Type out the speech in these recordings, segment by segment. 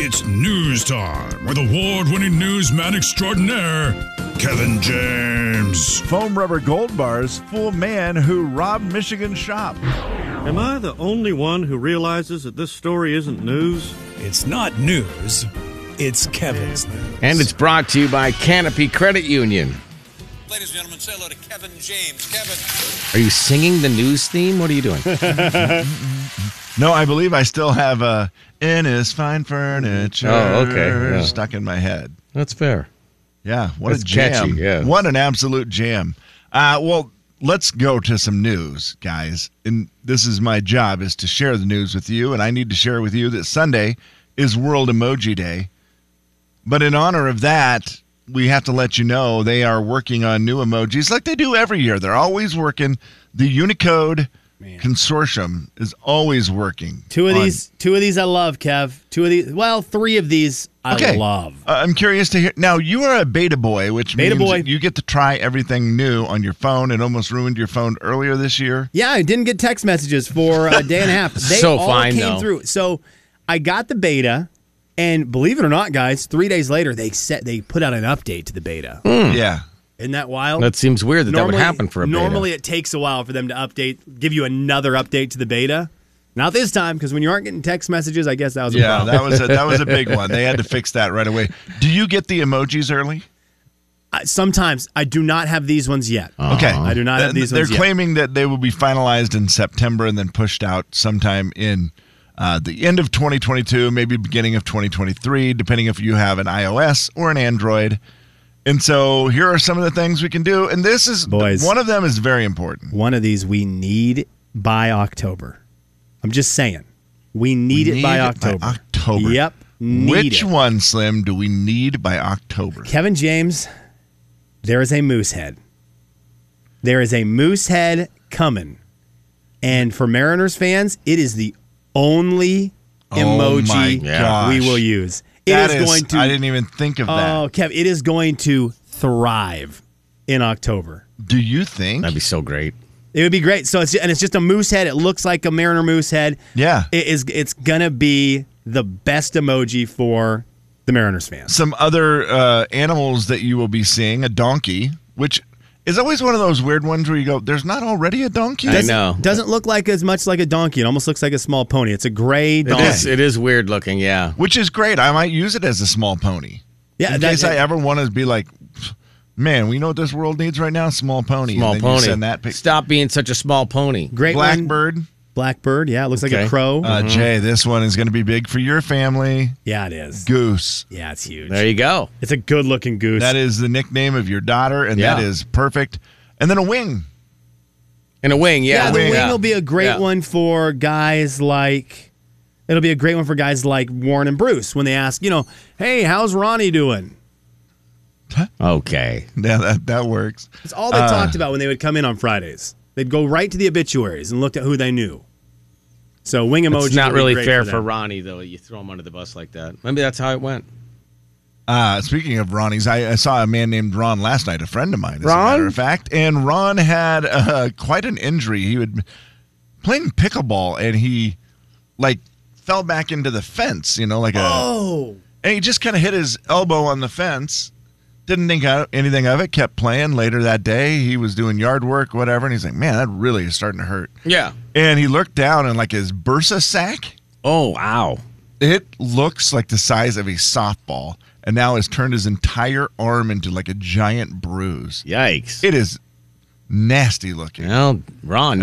It's news time with award winning newsman extraordinaire, Kevin James. Foam rubber gold bars fool man who robbed Michigan shop. Am I the only one who realizes that this story isn't news? It's not news. It's Kevin's news. And it's brought to you by Canopy Credit Union. Ladies and gentlemen, say hello to Kevin James. Kevin. Are you singing the news theme? What are you doing? No, I believe I still have uh, in is fine furniture. Oh, okay, yeah. Stuck in my head. That's fair. Yeah, what That's a jam! catchy, yeah. What an absolute jam! Uh, well, let's go to some news, guys. And this is my job is to share the news with you, and I need to share with you that Sunday is World Emoji Day. But in honor of that, we have to let you know they are working on new emojis, like they do every year. They're always working. The Unicode consortium is always working. Two of on- these, two of these I love, Kev. Two of these, well, three of these I love. Uh, I'm curious to hear. Now you are a beta boy, which Beta means boy. you get to try everything new on your phone. It almost ruined your phone earlier this year. Yeah, I didn't get text messages for a day and a half. They So all fine, came though. through. So I got the beta, and believe it or not, guys, three days later they set they put out an update to the beta. Yeah, Isn't that wild? Hmm. That seems weird that that would happen for a beta. Normally it takes a while for them to update, give you another update to the beta. Not this time, because when you aren't getting text messages, I guess that was a yeah, problem. that was a, that was a big one. They had to fix that right away. Do you get the emojis early? I- sometimes I do not have these ones yet. Uh-huh. Okay, I do not have these They're ones yet. claiming that they will be finalized in September and then pushed out sometime in uh, the end of 2022, maybe beginning of 2023, depending if you have an iOS or an Android. And so here are some of the things we can do. And this is Boys. one of them is very important. one of these we need by October. I'm just saying. We need, it by October. October. Yep. Need Which it. one, Slim, do we need by October? Kevin James, there is a moose head. There is a moose head coming. And for Mariners fans, it is the only Oh my emoji gosh. we will use. It That is is- going to I didn't even think of that. Oh, Kev, it is going to thrive in October. Do you think? That'd be so great. It would be great. So it's and it's just a moose head. It looks like a Mariner moose head. Yeah. It is it's gonna be the best emoji for the Mariners fans. Some other uh, animals that you will be seeing a donkey, which is always one of those weird ones where you go, there's not already a donkey? I know. Doesn't look like as much like a donkey. It almost looks like a small pony. It's a gray It donkey. is, it is weird looking, yeah. Which is great. I might use it as a small pony. Yeah, In that- case I ever want to be like, man, we know what this world needs right now? Small pony. Small and then you pony. send that pic- Stop being such a small pony. great one. Oh. Blackbird. Blackbird. Yeah, it looks like Okay. a crow. Uh, Jay, this one is going to be big for your family. yeah, it is. Goose. Yeah, it's huge. There you go. It's a good looking goose. That is the nickname of your daughter, and that Yeah. is perfect. And then a wing. And a wing, yeah. yeah, the wing will be a great Yeah. one for guys like. It'll be a great one for guys like Warren and Bruce when they ask, you know, hey, how's Ronnie doing? Okay. Yeah, that, that works. It's all Uh. they talked about when they would come in on Fridays. They'd go right to the obituaries and looked at who they knew. So wing emoji. It's not would be really great fair for, for, them. Ronnie, though. You throw him under the bus like that. Maybe that's how it went. Uh, speaking of Ronnie's, I, I saw a man named Ron last night, a friend of mine, as a matter of fact. And Ron had uh, quite an injury. He would playing pickleball, and he like fell back into the fence. You know, like a Oh, and he just kind of hit his elbow on the fence. Didn't think o- anything of it. Kept playing. Later that day, he was doing yard work, whatever, and he's like, "Man, that really is starting to hurt." Yeah. And he looked down, and like his bursa sac Oh, wow. It looks like the size of a softball, and now has turned his entire arm into like a giant bruise. Yikes. It is nasty looking. well, Ron,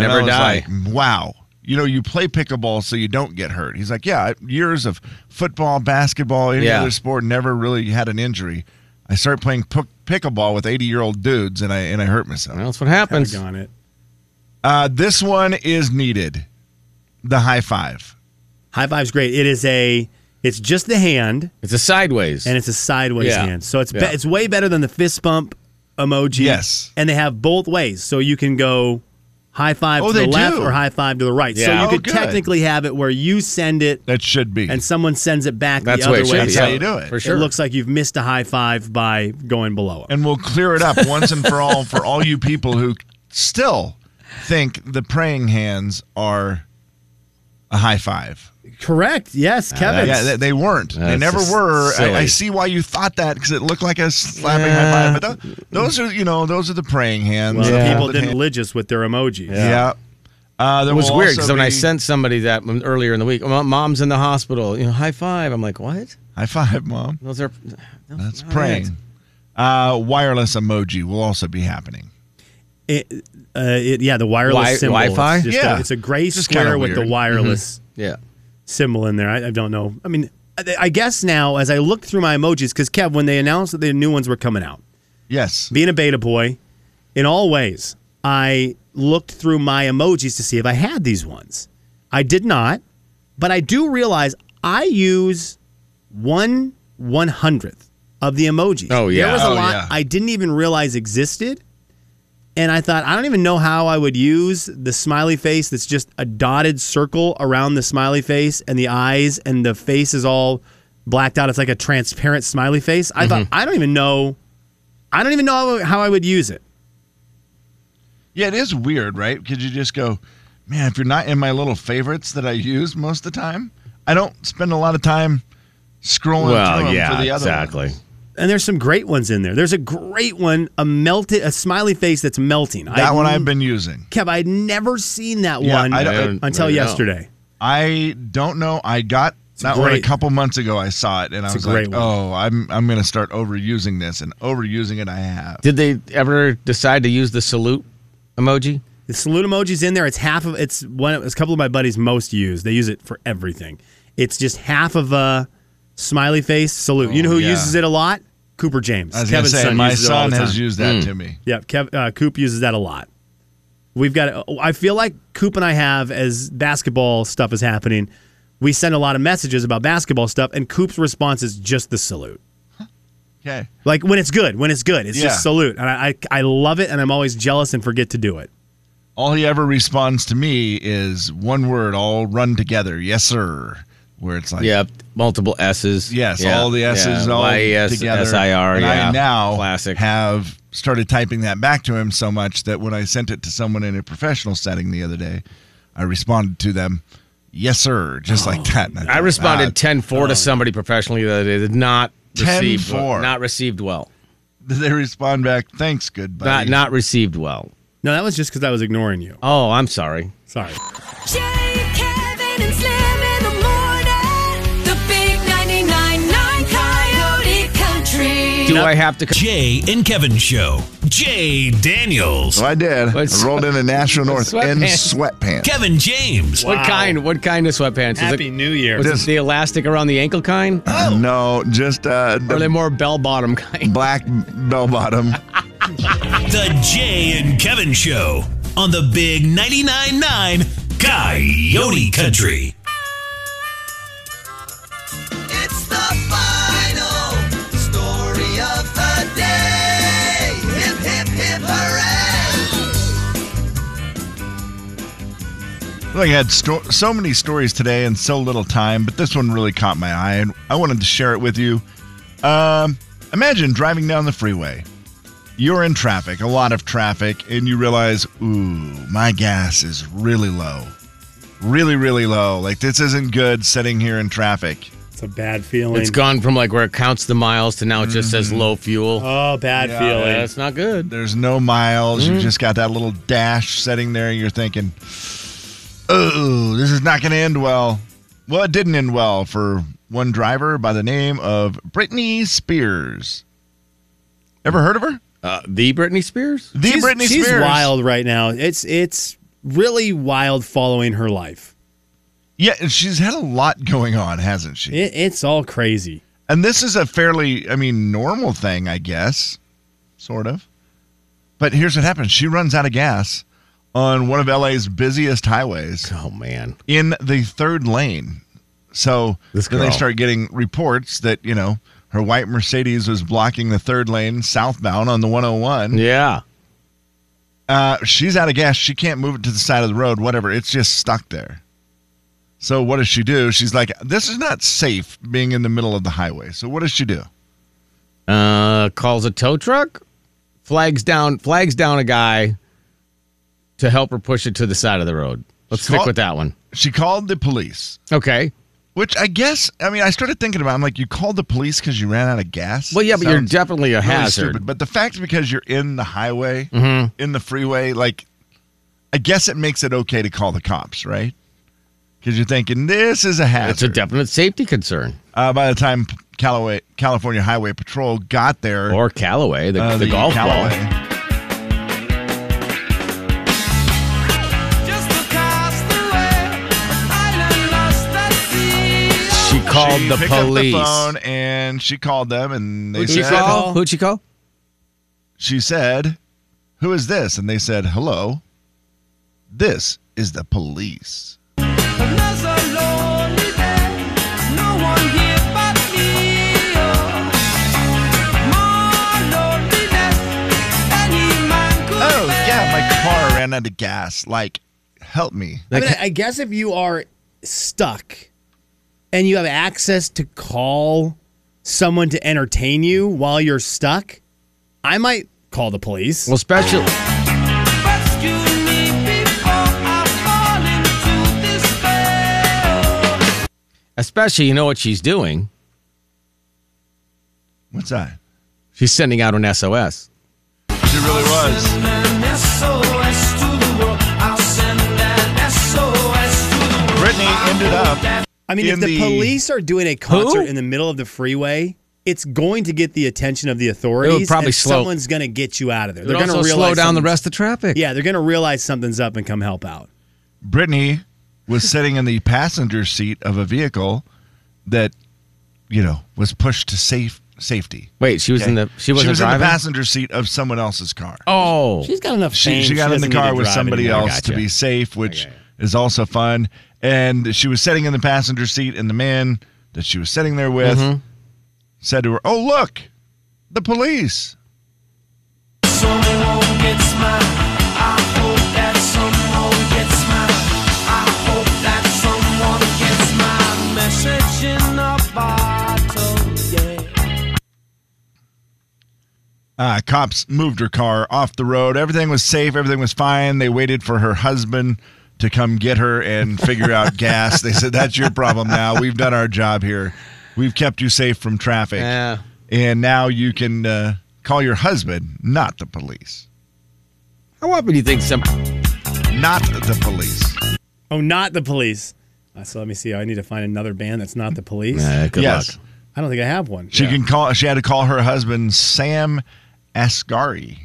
And I never was die. like, wow. You know, you play pickleball so you don't get hurt. He's like, yeah, I- years of football, basketball, any Yeah. other sport, never really had an injury. I start playing pick- pickleball with 80 year old dudes, and I and I hurt myself. Well, that's what happens. on it. Uh, this one is needed. The high five. High five's great. It is a. It's just the hand It's a sideways. and it's a sideways Yeah. hand, so it's be, Yeah. it's way better than the fist bump emoji. Yes. and they have both ways, so you can go high five Oh, to the they left do. or high five to the right. Yeah. So you Oh, could good. technically have it where you send it That should be. and someone sends it back that's the the way other it should way. be. how yeah. you do it. For sure. It looks like you've missed a high five by going below it. and we'll clear it up once and for all for all you people who still think the praying hands are a high five. Correct. Yes, Kevin. Yeah, they, they weren't. They That's never just were. I, I silly. see why you thought that because it looked like I was slapping my butt. But tho- those are, you know, those are the praying hands. Well, the Yeah. people folded didn't religious with their emojis. hands. Yeah. Uh, there It was will weird also because when I be- sent somebody that m- earlier in the week, "Oh, mom's in the hospital, you know, high five. I'm like, what? high five, mom. Those are those- That's all praying. right. Uh, wireless emoji will also be happening. It, uh, it, yeah, the wireless Wi- symbol. Wi-Fi? It's just Yeah. a, it's a gray Just kinda square with the weird. Mm-hmm. wireless Yeah. symbol in there. I, I don't know. I mean, I, I guess now as I look through my emojis, because Kev, when they announced that the new ones were coming out, Yes. being a beta boy, in all ways, I looked through my emojis to see if I had these ones. I did not, but I do realize I use one one hundredth of the emojis. Oh, yeah. there was a Oh, lot yeah. I didn't even realize existed, and I thought I don't even know how I would use the smiley face that's just a dotted circle around the smiley face and the eyes and the face is all blacked out. It's like a transparent smiley face. I Mm-hmm. thought I don't even know. I don't even know how I would use it. Yeah, it is weird, right? Because you just go, man, if you're not in my little favorites that I use most of the time, I don't spend a lot of time scrolling through Well, 'em yeah, for the other exactly. ones. And there's some great ones in there. There's a great one, a melted, a smiley face that's melting. That one I've been using. Kev, I'd never seen that Yeah, one I don't- I don't until really know. yesterday. I don't know. I got that one a great. couple months ago. I saw it and I It's a was like, great one. oh, I'm I'm gonna start overusing this and overusing it. I have. Did they ever decide to use the salute emoji? The salute emoji's in there. It's half of it's one. It's a couple of my buddies most use. They use it for everything. It's just half of a smiley face salute. you know who Oh, yeah. uses it a lot? Cooper James. I was Kevin's gonna say son my uses it all son the has time. Hmm. used that to me. Yeah, Kev, uh, Coop uses that a lot. We've got. I feel like Coop and I have as basketball stuff is happening. We send a lot of messages about basketball stuff, and Coop's response is just the salute. Okay. Like when it's good, when it's good, it's Yeah. just salute, and I, I I love it, and I'm always jealous and forget to do it. All he ever responds to me is one word all run together. Yes, sir. Where it's like, Yeah, multiple S's. Yes, Yeah, E all the S's yeah. all Y-E-S, together. S-I-R, and yeah. I now Classic. have started typing that back to him so much that when I sent it to someone in a professional setting the other day, I responded to them, yes, sir, just like that. And Oh. I thought, responded "Ah, 10 4 to somebody professionally the other day. Did not 10-4. receive Not received well. Did they respond back? Thanks, good Not, buddy. not received well. No, that was just because I was ignoring you. Oh, I'm sorry. Sorry. Jay, Kevin, and Slim in the morning. The big 99.9 Coyote Country. Do I have to? Jay and Kevin Show. Jay Daniels. So I did. What's- I rolled into National North in sweatpants? sweatpants. Kevin James. What kind? What kind of sweatpants? Is Happy it, New Year. was This- it the elastic around the ankle kind? No, just uh, Or are they the more bell bottom kind? black bell bottom. The Jay and Kevin Show on the Big 99.9 9 Coyote Country. It's the final story of the day. Hip, hip, hip, hooray! Look, I had sto- so many stories today and so little time, but this one really caught my eye, and I wanted to share it with you. Um, imagine driving down the freeway. You're in traffic, a lot of traffic, and you realize, ooh, my gas is really low. Really, really low. Like, this isn't good sitting here in traffic. It's a bad feeling. It's gone from like where it counts the miles to now it just says low fuel. Oh, bad Yeah, feeling. Yeah, that's not good. There's no miles. Mm. You've just got that little dash sitting there, and you're thinking, oh, this is not going to end well. Well, it didn't end well for one driver by the name of Britney Spears. Ever heard of her? Uh, the Britney Spears? The she's, Britney she's Spears. wild right now. It's it's really wild following her life. Yeah, and she's had a lot going on, hasn't she? It, it's all crazy. And this is a fairly, I mean, normal thing, I guess, sort of. But here's what happens she runs out of gas on one of LA's busiest highways. Oh man. in the third lane. So This then they girl. start getting reports that, you know, her white Mercedes was blocking the third lane southbound on the 101. Yeah. Uh, she's out of gas. She can't move it to the side of the road, whatever. It's just stuck there. So what does she do? She's like, this is not safe being in the middle of the highway. So what does she do? Uh, calls a tow truck, flags down flags down a guy to help her push it to the side of the road. Let's She stick called- with that one. She called the police. Okay. Which I guess, I mean, I started thinking about. it. I'm like, you called the police because you ran out of gas. Well, yeah, but you're Sounds definitely a really hazard. Mm-hmm. stupid. But the fact because you're in the highway, in the freeway, like, I guess it makes it okay to call the cops, right? Because you're thinking this is a hazard. It's a definite safety concern. uh, by the time Callaway, California Highway Patrol got there, Or Callaway, the, uh, the, golf Callaway, ball. Just across the way, island lost at sea. She called she the picked police. Up the phone and she called them, and they Who'd she said, call? Who'd she call? she said, Who is this? And they said, Hello. This is the police. Another lonely day, no one here but me. Oh, more loneliness any man could Oh, yeah, my bear. car ran out of gas. Like, help me. I, mean, I- I guess if you are stuck and you have access to call someone to entertain you while you're stuck, I might call the police. Well, especially Rescue me before I fall into despair. especially you know what she's doing? What's that? She's sending out an SOS. She really was. Brittany ended up. I mean, if in the, the- police are doing a concert Who? in the middle of the freeway, it's going to get the attention of the authorities. probably and slow- someone's going to get you out of there. They're They're going also to slow down the something's- rest of traffic. Yeah, they're going to realize something's up and come help out. Brittany was sitting in the passenger seat of a vehicle that, you know, was pushed to safe safety. Wait, she was in the she wasn't was in driving. the passenger seat of someone else's car. oh, She's got enough. she, fame. she got in the doesn't need car to with drive somebody anymore. else Gotcha. to be safe, which is also fun. And she was sitting in the passenger seat, and the man that she was sitting there with Mm-hmm. said to her, "Oh, look, the police." Uh, cops moved her car off the road. Everything was safe. Everything was fine. They waited for her husband to come get her and figure out gas. They said, That's your problem now. We've done our job here. We've kept you safe from traffic. Yeah. And now you can uh, call your husband, not the police. how often do you think some? Not the police. Oh, not the police. Uh, so let me see. I need to find another band that's not the police. Uh, good yes. luck. I don't think I have one. She can call she had to call her husband Sam Asghari.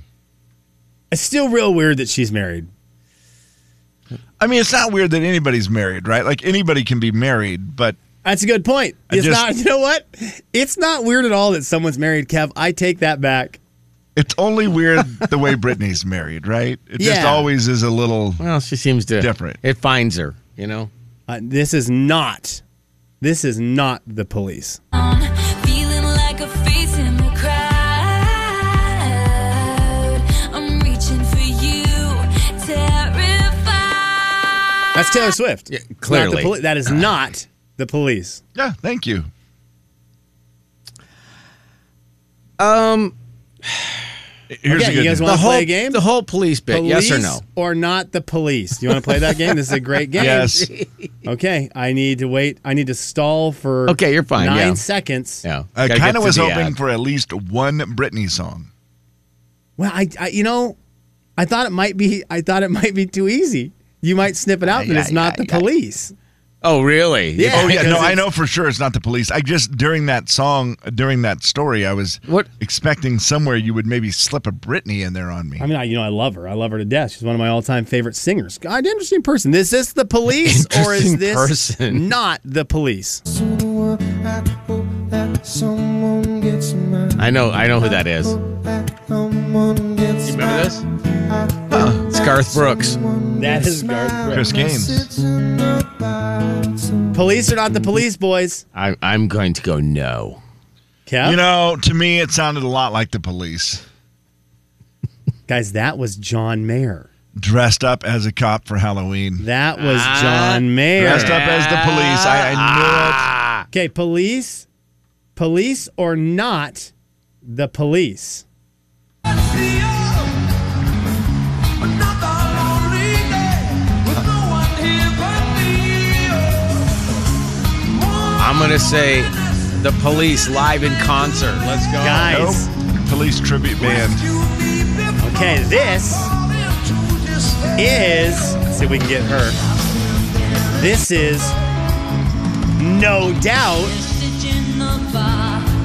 It's still real weird that she's married. I mean, it's not weird that anybody's married, right? Like anybody can be married, but That's a good point. I It's just- not. You know what? It's not weird at all that someone's married, Kev. I take that back. It's only weird the way Britney's married, right? It just Yeah. always is a little. Well, she seems to Different. It finds her, you know. Uh, this is not. This is not the police. Feeling like a face in the crowd. I'm reaching for you, terrified. That's Taylor Swift. Yeah, It's not the clearly. Uh. poli- that is not the police. Yeah, thank you. Um, here's Um, Okay, a good. you guys one. want to whole play a game? the whole police bit. police yes or no? Or not the police. You want to play that game? This is a great game. yes, Okay. I need to wait. I need to stall for. Okay, you're fine, Nine yeah. seconds. No. I Gotta get kind to of was the hoping ad. for at least one Britney song. Well, I, I, you know, I thought it might be. I thought it might be too easy. You might snip it out, but it's not the police. Oh, really? Yeah. Oh yeah, because no, I it's- know for sure it's not the police. I just during that song, during that story, I was What- expecting somewhere you would maybe slip a Britney in there on me. I mean, I, you know, I love her. I love her to death. She's one of my all-time favorite singers. God, interesting person. Is this the police, or is Interesting this person. not the police? I know. I know who that is. You remember this? Huh. It's Garth Brooks. That is Garth Chris Brooks. Gaines. Police are not the police, boys. I, I'm going to go no. Kev? You know, to me, it sounded a lot like the police. guys, that was John Mayer. dressed up as a cop for Halloween. That was Ah, John Dressed Mayer. up as the police. I, I Okay, police, police or not the police. Another lonely day with no one here but me. Oh, more I'm gonna say the police live in concert. Let's go. Guys. Nope. Police tribute band. Okay, this is. Let's see if we can get her. This is no doubt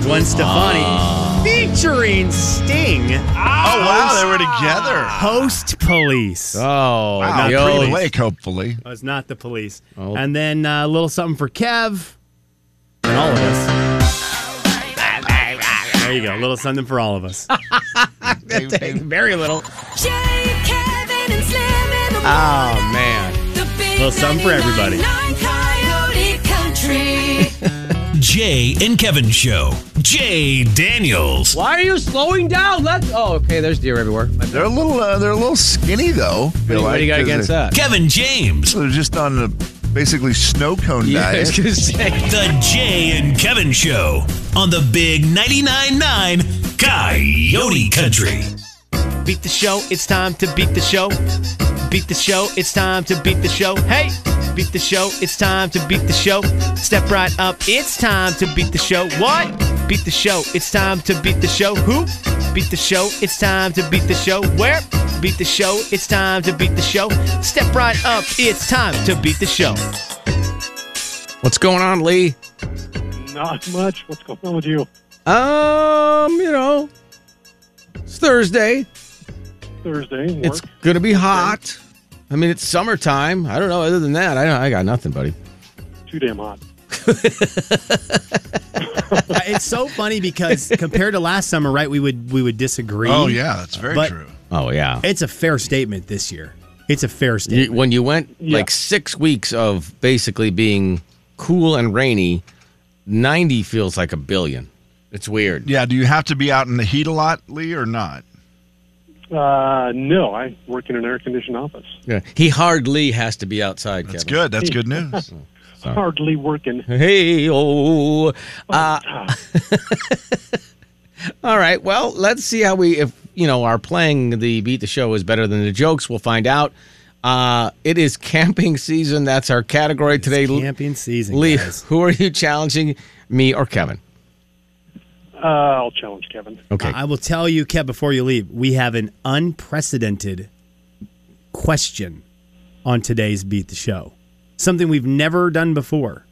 Gwen Stefani Ah. featuring Sting. Ah. Oh wow, they were together. Post police. Oh, Wow, yo. Free Lake, hopefully. Oh, it's not the police. Oh. And then uh, a little something for Kev and all of us. There you go. A little something for all of us. very little. Jay, Kevin, and Slim in the Oh man, The big Well, some for everybody. 99.9 Coyote Country. Jay and Kevin Show. Jay Daniels. why are you slowing down? Let's. Oh, okay. There's deer everywhere. What They're a little uh, they're a little skinny though. do you, what do you got against that? Kevin James. They're just on a basically snow cone Yeah, I was diet. gonna say. The Jay and Kevin Show on the Big 99.9 9 Coyote Country. Beat the show, it's time to beat the show. Beat the show, it's time to beat the show. Hey! Beat the show, it's time to beat the show. Step right up, it's time to beat the show. What? Beat the show, it's time to beat the show. Who? Beat the show, it's time to beat the show. Where? Beat the show, it's time to beat the show. Step right up, it's time to beat the show. What's going on, Lee? Not much. What's going on with you? Um, you know, it's Thursday. Thursday, work. It's gonna be hot. I mean, it's summertime. I don't know. Other than that, I don't, I got nothing, buddy. too damn hot. Uh, It's so funny because compared to last summer, right, we would we would disagree. Oh yeah, that's very But- true. Oh yeah. It's a fair statement this year. It's a fair statement. You, when you went Yeah. like six weeks of basically being cool and rainy, ninety feels like a billion. It's weird. Yeah, do you have to be out in the heat a lot, Lee, or not? Uh, no, I work in an air conditioned office. Yeah. He hardly has to be outside. That's Kevin. good. That's good news. Hardly working. Hey oh. Uh, all right. Well, let's see how we if you know our playing the beat the show is better than the jokes. We'll find out. Uh, it is camping season. That's our category today. camping season, Lee, guys. who are you challenging? Me or Kevin? Uh, I'll challenge Kevin. Okay. I will tell you, Kev, before you leave, we have an unprecedented question on today's Beat the Show. Something we've never done before.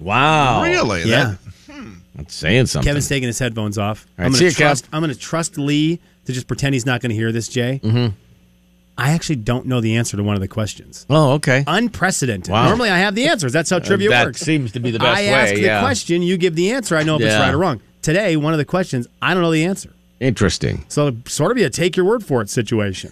wow. really? yeah. That- That's saying something. Kevin's taking his headphones off. All right, I'm see gonna you, Kev. trust I'm gonna trust Lee to just pretend he's not gonna hear this, Jay. Mm-hmm. I actually don't know the answer to one of the questions. Oh, okay. Unprecedented. Wow. Uh, Normally I have the answers. That's how trivia that works. seems to be the best I way. ask the yeah. question, you give the answer, I know if it's Yeah. right or wrong. Today, one of the questions, I don't know the answer. Interesting. So it'll sort of be a take your word for it situation.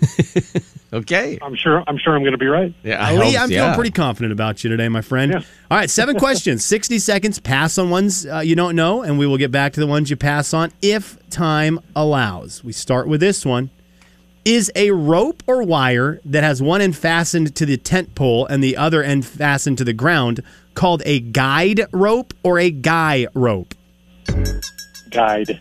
Okay. I'm sure. I'm sure I'm going to be right. Yeah. I Ali, hope- I'm yeah. feeling pretty confident about you today, my friend. Yeah. All right, seven questions, 60 seconds. Pass on ones uh, you don't know, and we will get back to the ones you pass on if time allows. We start with this one. Is a rope or wire that has one end fastened to the tent pole and the other end fastened to the ground called a guide rope or a guy rope? Guide.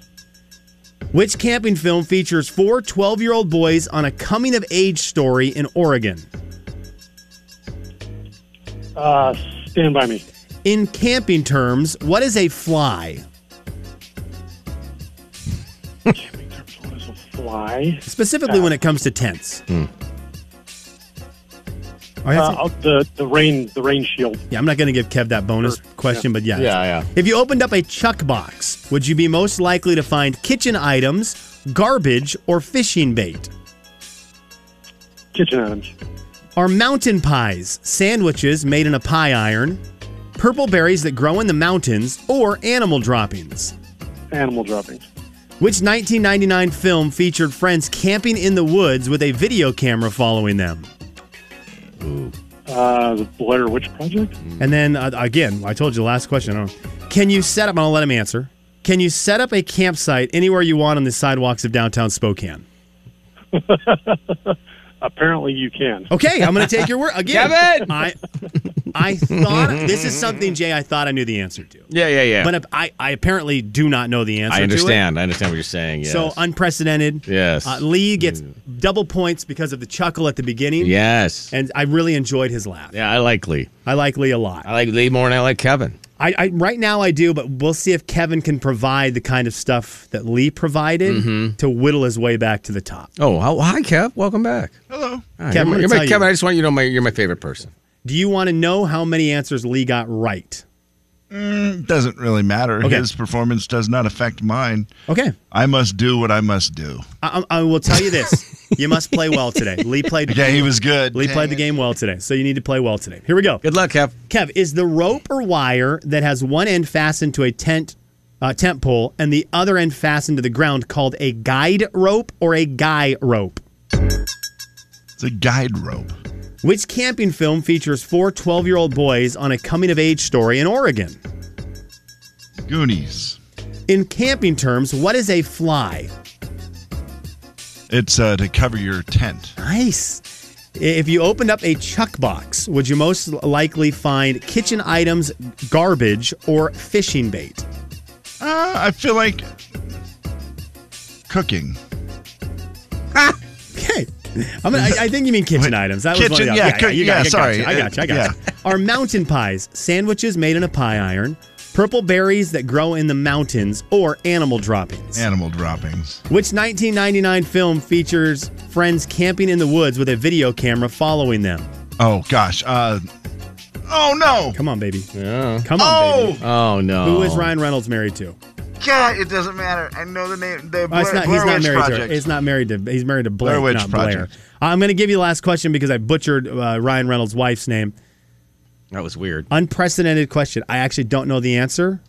Which camping film features four 12 year old boys on a coming of age story in Oregon? Uh, stand by me. In camping terms, what is a fly? What is a fly? specifically when it comes to tents. Oh, yeah, Uh, oh, the the rain the rain shield. yeah, I'm not going to give Kev that bonus question, but yeah. Yeah, yeah. If you opened up a chuck box, would you be most likely to find kitchen items, garbage, or fishing bait? Kitchen items. Are mountain pies sandwiches made in a pie iron, purple berries that grow in the mountains, or animal droppings? Animal droppings. Which 1999 film featured friends camping in the woods with a video camera following them? Uh, the Blair Witch Project. Mm. And then uh, again, I told you the last question. I don't- Can you set up? I'll let him answer. Can you set up a campsite anywhere you want on the sidewalks of downtown Spokane? Apparently, you can. Oh, Okay, I'm going to take your word again. Kevin! I, I thought this is something Jay. I thought I knew the answer to, Yeah, yeah, yeah. but I, I apparently do not know the answer. I to it. understand. I understand what you're saying. Yes. So unprecedented. Yes. Mm. Uh, Lee gets double points because of the chuckle at the beginning. yes. And I really enjoyed his laugh. yeah, I like Lee. I like Lee a lot. I like Lee more than I like Kevin. I, I right now I do, but we'll see if Kevin can provide the kind of stuff that Lee provided to whittle his way back to the top. Oh, how- hi, Kev. Welcome back. Hello. Hi, Kev, I'm you're, gonna you're my, tell you. Kevin, I just want you to know my, you're my favorite person. Do you want to know how many answers Lee got right? It doesn't really matter. Okay. His performance does not affect mine. Okay, I must do what I must do. I, I I will tell you this: you must play well today. Lee played. Yeah, he was good. Lee Dang played the it. game well today, so you need to play well today. Here we go. Good luck, Kev. Kev, is the rope or wire that has one end fastened to a tent uh, tent pole and the other end fastened to the ground called a guide rope or a guy rope? It's a guide rope. Which camping film features four 12 year old boys on a coming of age story in Oregon? Goonies. In camping terms, what is a fly? It's uh, to cover your tent. Nice. If you opened up a chuck box, would you most likely find kitchen items, garbage, or fishing bait? Uh, I feel like cooking. Okay. I, mean, I, I think you mean kitchen Wait, items. That was one kitchen, of the, yeah, yeah, cook- you got- yeah, I got sorry. you, I got you. I got you. Are mountain pies sandwiches made in a pie iron, purple berries that grow in the mountains, or animal droppings? Animal droppings. Which 1999 film features friends camping in the woods with a video camera following them? Oh gosh. Uh, oh no. Come on, baby. Yeah. Come on, Oh baby. Oh, no. Who is Ryan Reynolds married to? God, it doesn't matter. I know the name. The Oh, Blair, it's not, Blair he's not Witch married to Project. her. He's not married to. He's married to Blake, Blair Witch not Blair. Project. I'm going to give you the last question because I butchered uh, Ryan Reynolds' wife's name. That was weird. Oh, unprecedented question. I actually don't know the answer,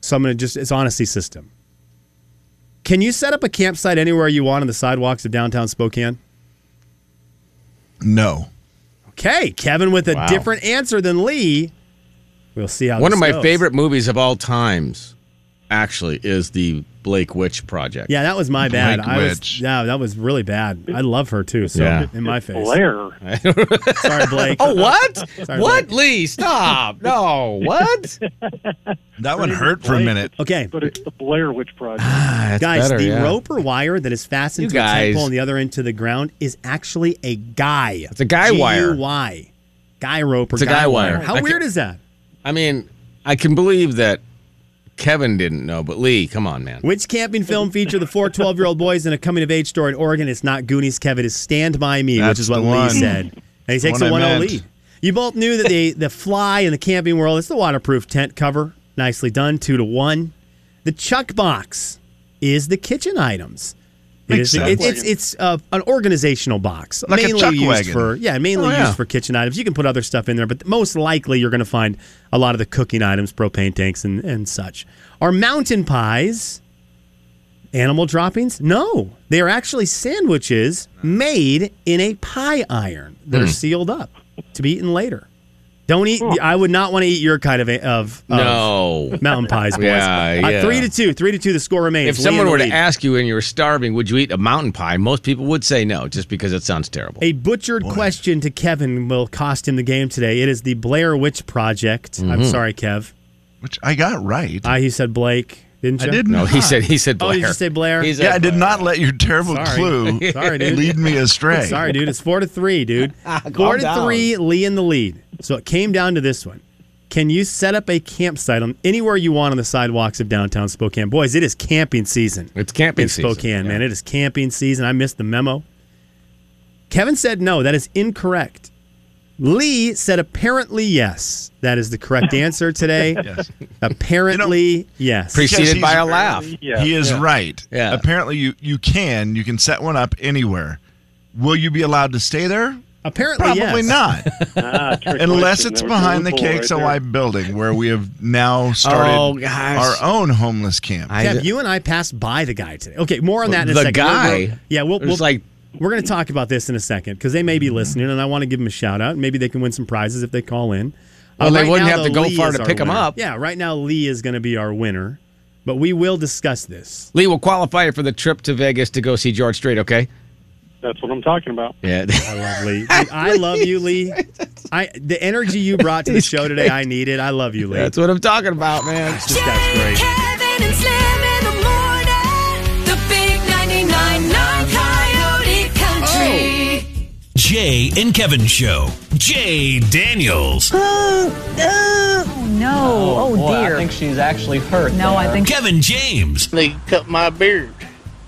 so I'm gonna just it's honesty system. Can you set up a campsite anywhere you want on the sidewalks of downtown Spokane? no. Okay, Kevin with a Wow. different answer than Lee. We'll see how. One this of my goes. favorite movies of all times, actually, is the Blake Witch Project. Yeah, that was my bad. Blake I was, Witch. yeah, that was really bad. I love her too. So Yeah. in my face. Blair. Sorry, Blake. Oh, what? Sorry, Ah, what, Lee? Stop. No, what? That one hurt for a minute. Okay, But it's the Blair Witch Project. Ah, guys, better, the yeah. rope or wire that is fastened You to a tent guys. pole and the other end to the ground is actually a guy. It's a guy wire. Why? Guy rope or It's a guy wire. How That weird can't- is that? I mean, I can believe that Kevin didn't know, but Lee, come on, man. Which camping film featured the four 12 year old boys in a coming of age store in Oregon? It's not Goonies, Kevin. It's Stand By Me, which That's is what the Lee one. said. And he takes one I a 1 0 meant. lead. You both knew that the, the fly in the camping world, it's the waterproof tent cover. Nicely done, two to one. The chuck box is the kitchen items. It Makes is the- sense. it- it's it's uh, an organizational box, Like a mainly chuck used wagon. for yeah, mainly Oh, yeah. used for kitchen items. You can put other stuff in there, but most likely you're going to find a lot of the cooking items, propane tanks, and and such. Are mountain pies animal droppings? No, they are actually sandwiches made in a pie iron that Hmm. are sealed up to be eaten later. Don't eat. I would not want to eat your kind of a- of, of No. mountain pies, boys. Yeah, Uh, yeah. three to two, three to two. The score remains. If Lee in someone the were to lead. ask you and you were starving, would you eat a mountain pie? Most people would say no, just because it sounds terrible. A butchered question to Kevin will cost him the game today. It is the Blair Witch Project. Mm-hmm. I'm sorry, Kev. Which I got right. I you said Blake, didn't I you? did no, not. he said he said Oh, Blair. did you say Blair? He said Yeah, I did Blair. not let your terrible Sorry. clue Sorry, dude. lead me astray. Sorry, dude. It's four to three, dude. four to down. three, Lee in the lead. So it came down to this one. Can you set up a campsite on anywhere you want on the sidewalks of downtown Spokane? Boys, it is camping season. It's camping in season, Spokane, man. It is camping season. I missed the memo. Kevin said no. That is incorrect. Lee said apparently yes. That is the correct answer today. Yes. Apparently yes. Because Preceded he's by a very- laugh. Yeah. he is right. Yeah. Apparently, you you can you can set one up anywhere. Will you be allowed to stay there? apparently Probably Oh, yes. not, Ah, trick unless question. it's There was a behind the loophole right KXLY there. building where we have now started Oh, gosh. our own homeless camp. I- Kev, you and I passed by the guy today. Okay, more on that in a The second. We'll- guy? we'll- yeah, we'll, It was we'll- like- Mm-hmm. we're going to talk about this in a second because they may be listening, and I want to give them a shout out. Maybe they can win some prizes if they call in. Uh, Well, they wouldn't now, have to though, go far is to our pick 'em winner. up. Yeah, right now Lee is going to be our winner, but we will discuss this. Lee will qualify for the trip to Vegas to go see George Strait. Okay. That's what I'm talking about. Yeah. I love Lee. Lee, I love you, Lee. I the energy you brought to the show today, I needed. I love you, Lee. That's what I'm talking about, man. This guy's Jay, great. Kevin and Slim in the morning. The big 99.9 Coyote Country. Jay and Kevin Show. Jay Daniels. Oh, oh, no. no. Oh, dear. I think she's actually hurt. No, I think- Kevin James. They cut my beard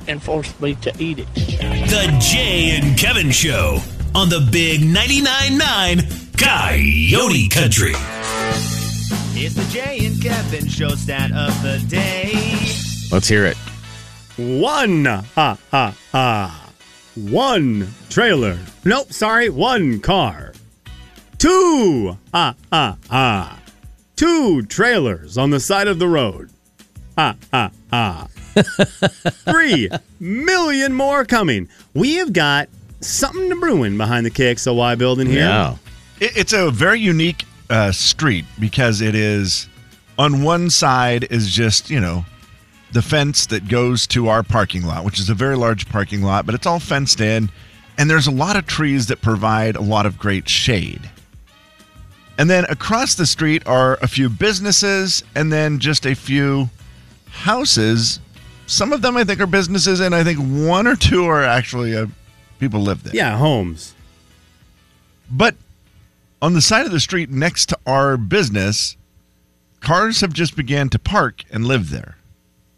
and forced me to eat it. The Jay and Kevin Show on the Big 99.9 Coyote Country. It's the Jay and Kevin show stat of the day. Let's hear it. One, ah, ah, ah. One trailer. Nope, sorry, one car. Two, ah, ah, ah. Two trailers on the side of the road. Ah, ah, ah. Three million more coming. We have got something to brewing behind the KXLY building here. It, it's a very unique uh, street because it is on one side is just, you know, the fence that goes to our parking lot, which is a very large parking lot, but it's all fenced in. And there's a lot of trees that provide a lot of great shade. And then across the street are a few businesses and then just a few houses. Some of them I think are businesses, and I think one or two are actually uh, people live there. Yeah, homes. But on the side of the street next to our business, cars have just began to park and live there.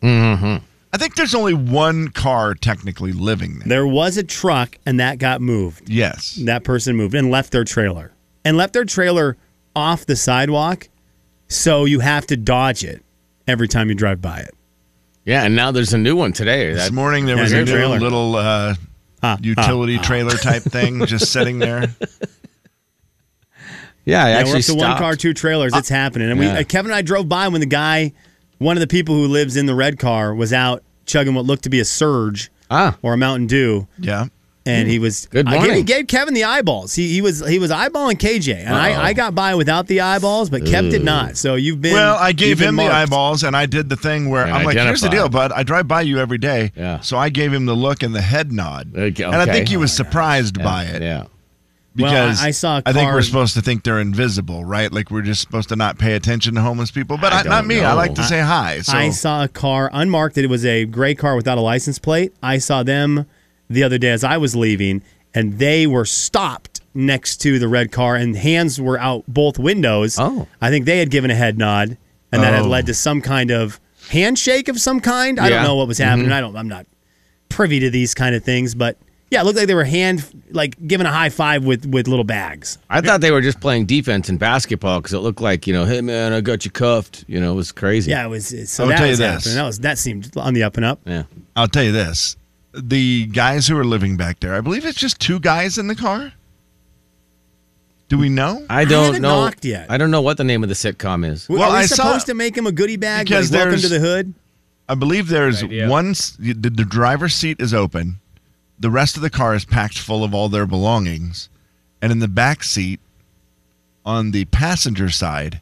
Mm-hmm. I think there's only one car technically living there. There was a truck and that got moved. Yes. That person moved and left their trailer and left their trailer off the sidewalk. So you have to dodge it every time you drive by it. Yeah, and now there's a new one today. This morning there was a new little uh, utility trailer type thing just sitting there. Yeah, I Yeah, actually we're up to one stopped. car, two trailers. It's happening. And we, yeah. uh, Kevin and I drove by when the guy, one of the people who lives in the red car, was out chugging what looked to be a Surge Ah. or a Mountain Dew. Yeah. And he was Good I gave- morning. he gave Kevin the eyeballs. He, he was he was eyeballing KJ, and Uh-oh. I, I got by without the eyeballs, but Kev did not. So you've been well, I you've gave been him marked. the eyeballs, and I did the thing where And I'm like, "Here's the deal, identify. bud. I drive by you every day." Yeah. So I gave him the look and the head nod, and I okay. Oh think he was surprised by it. Yeah. Well, I- Because I saw a I think we're car- supposed to think they're invisible, right? Like we're just supposed to not pay attention to homeless people. But I, not me. I like to say hi. So I saw a car unmarked. It was a gray car without a license plate. I saw them the other day as I was leaving, and they were stopped next to the red car, and hands were out both windows. Oh, I think they had given a head nod, and that had Oh. led to some kind of handshake of some kind. I don't Yeah. know what was happening. Mm-hmm. Mhm. I don't. I'm not privy to these kind of things, but yeah, it looked like they were hand like giving a high five with with little bags. I thought they were just playing defense in basketball because it looked like you know, hey man, I got you cuffed. You know, it was crazy. Yeah, it was. So I'll that tell you was this. happening. That was that seemed on the up and up. Yeah. I'll tell you this: the guys who are living back there, I believe it's just two guys in the car. Do we know? I don't haven't know. knocked yet. I don't know what the name of the sitcom is. Well, Are we supposed to make him a goodie bag? because like, welcome there's to the hood. I believe there's one. s- The, the driver's seat is open. The rest of the car is packed full of all their belongings, and in the back seat, on the passenger side,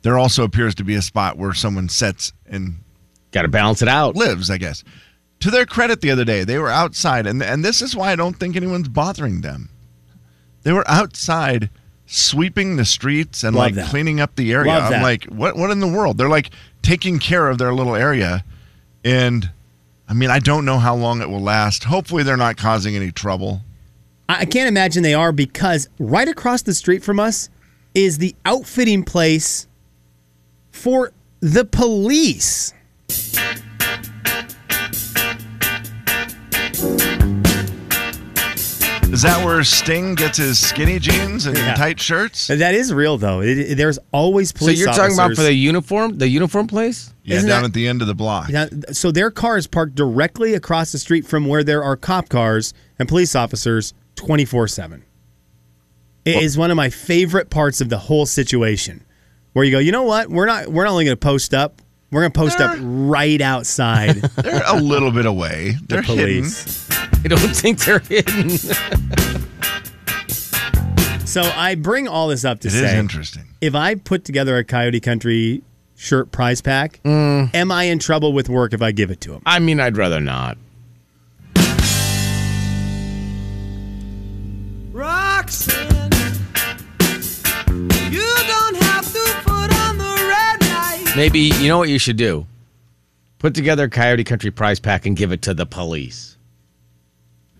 there also appears to be a spot where someone sets and got to balance it out. Lives, I guess. To their credit, the other day they were outside, and and this is why I don't think anyone's bothering them. They were outside sweeping the streets and Love like that. cleaning up the area. Love I'm that. like, what what in the world? They're like taking care of their little area. And I mean, I don't know how long it will last. Hopefully they're not causing any trouble. I I can't imagine they are because right across the street from us is the outfitting place for the police. Is that where Sting gets his skinny jeans and Yeah. tight shirts? That is real though. It, it- there's always So police. you're talking about officers. for the uniform, the uniform place? Yeah, Isn't down that- at the end of the block. Now, th- so their car is parked directly across the street from where there are cop cars and police officers 24/7. It is one of my favorite parts of the whole situation. Where you go, "You know what? We're not we're not only going to post up. We're going to post up right outside." They're a little bit away. They're police. I don't think they're hidden. so I bring all this up to It say is interesting. If I put together a Coyote Country shirt prize pack, Mm. am I in trouble with work if I give it to them? I mean, I'd rather not. Roxanne, you don't have to put on the red light. Maybe you know what you should do. Put together a Coyote Country prize pack and give it to the police.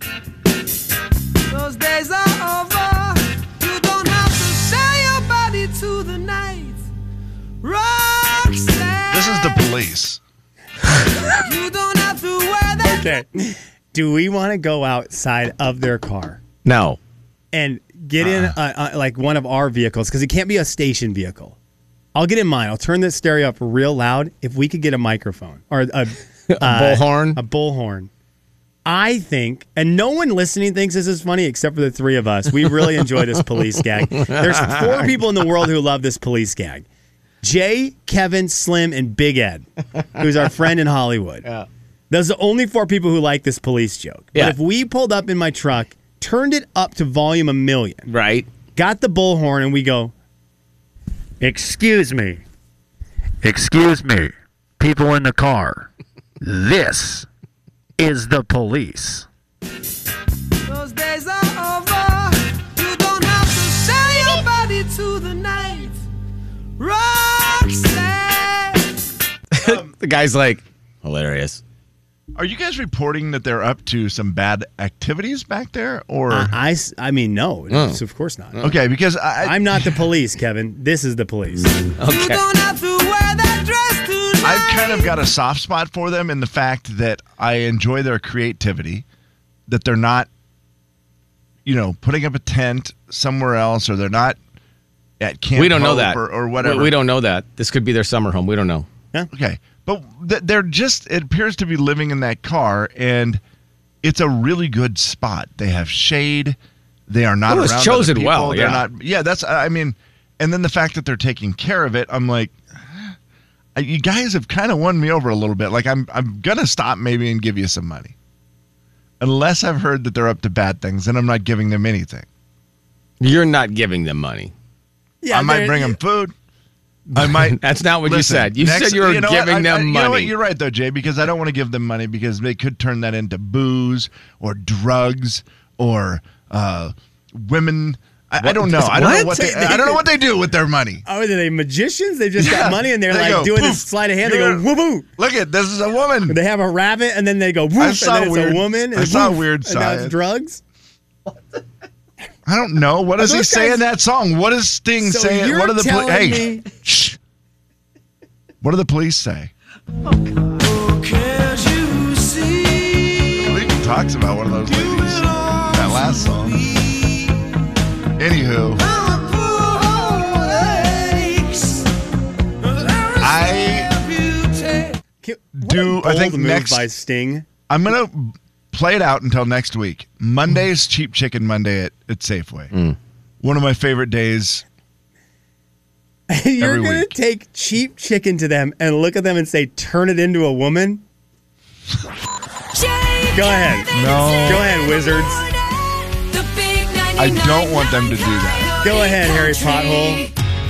Those days are over. You don't have to sell your body to the night. police. You don't have to wear that. Okay. Do we want to go outside of their car No. and get in uh, uh, like one of our vehicles? Because it can't be a station vehicle. I'll get in mine. I'll turn this stereo up real loud. If we could get a microphone or a, bullhorn? Uh, a bullhorn. I think, and no one listening thinks this is funny except for the three of us. We really enjoy this police gag. There's four people in the world who love this police gag Jay, Kevin, Slim, and Big Ed, who's our friend in Hollywood. Those are the only four people who like this police joke. Yeah. But if we pulled up in my truck, turned it up to volume a million, right? Got the bullhorn, and we go, Excuse me. Excuse me. People in the car. This is the police. Those days are over. You don't have to sell your body to the night. Roxanne. the guy's like, hilarious. Are you guys reporting that they're up to some bad activities back there, or Uh, I, s- I mean, no, it's- of course not. Okay, because I, I'm not the police, Kevin. This is the police. You don't have to wear that dress tonight. I've kind of got a soft spot for them in the fact that I enjoy their creativity, that they're not, you know, putting up a tent somewhere else, or they're not at camp. we don't know Hope that. or, or We- whatever. We, don't know that. This could be their summer home. We don't know. Okay, but th- they're just it appears to be living in that car, and it's a really good spot. They have shade. They are not It was around other chosen people. well, They're yeah. not. Yeah, that's. I mean, and then the fact that they're taking care of it, I'm like, uh, you guys have kind of won me over a little bit. Like I'm, I'm gonna stop maybe and give you some money, unless I've heard that they're up to bad things, and I'm not giving them anything. You're not giving them money. I might bring them food. I might. That's not what you Listen, said. You next- said you were know what? giving I- I- them you money. know what? You're right though, Jay, because I don't want to give them money because they could turn that into booze or drugs or uh, women. I, I What? don't know. I don't know what What? they. I don't know what they do with their money. Oh, are they magicians? They've just got money and they're They like go, doing "Poof, this sleight of hand. They you're- go, woo woo. Look at this is a woman. They have a rabbit and then they go, woof, I and saw then it's weird- a woman. And I saw woof, weird and now it's science. drugs. I don't know. What Are does he those say guys- in that song? What does Sting So say? you're What do the poli- telling hey? me- Shh. What do the police say? Oh, Can't you see? He talks about one of those ladies. That last song. Anywho. I do. I think Bold move next. by Sting. I'm gonna play it out until next week. Monday's Cheap Chicken Monday at, at Safeway. One of my favorite days. You're Every gonna week. take cheap chicken to them and look at them and say, "Turn it into a woman." Go ahead. No. Go ahead, wizards. I don't want them to do that. Go ahead, Harry Pothole.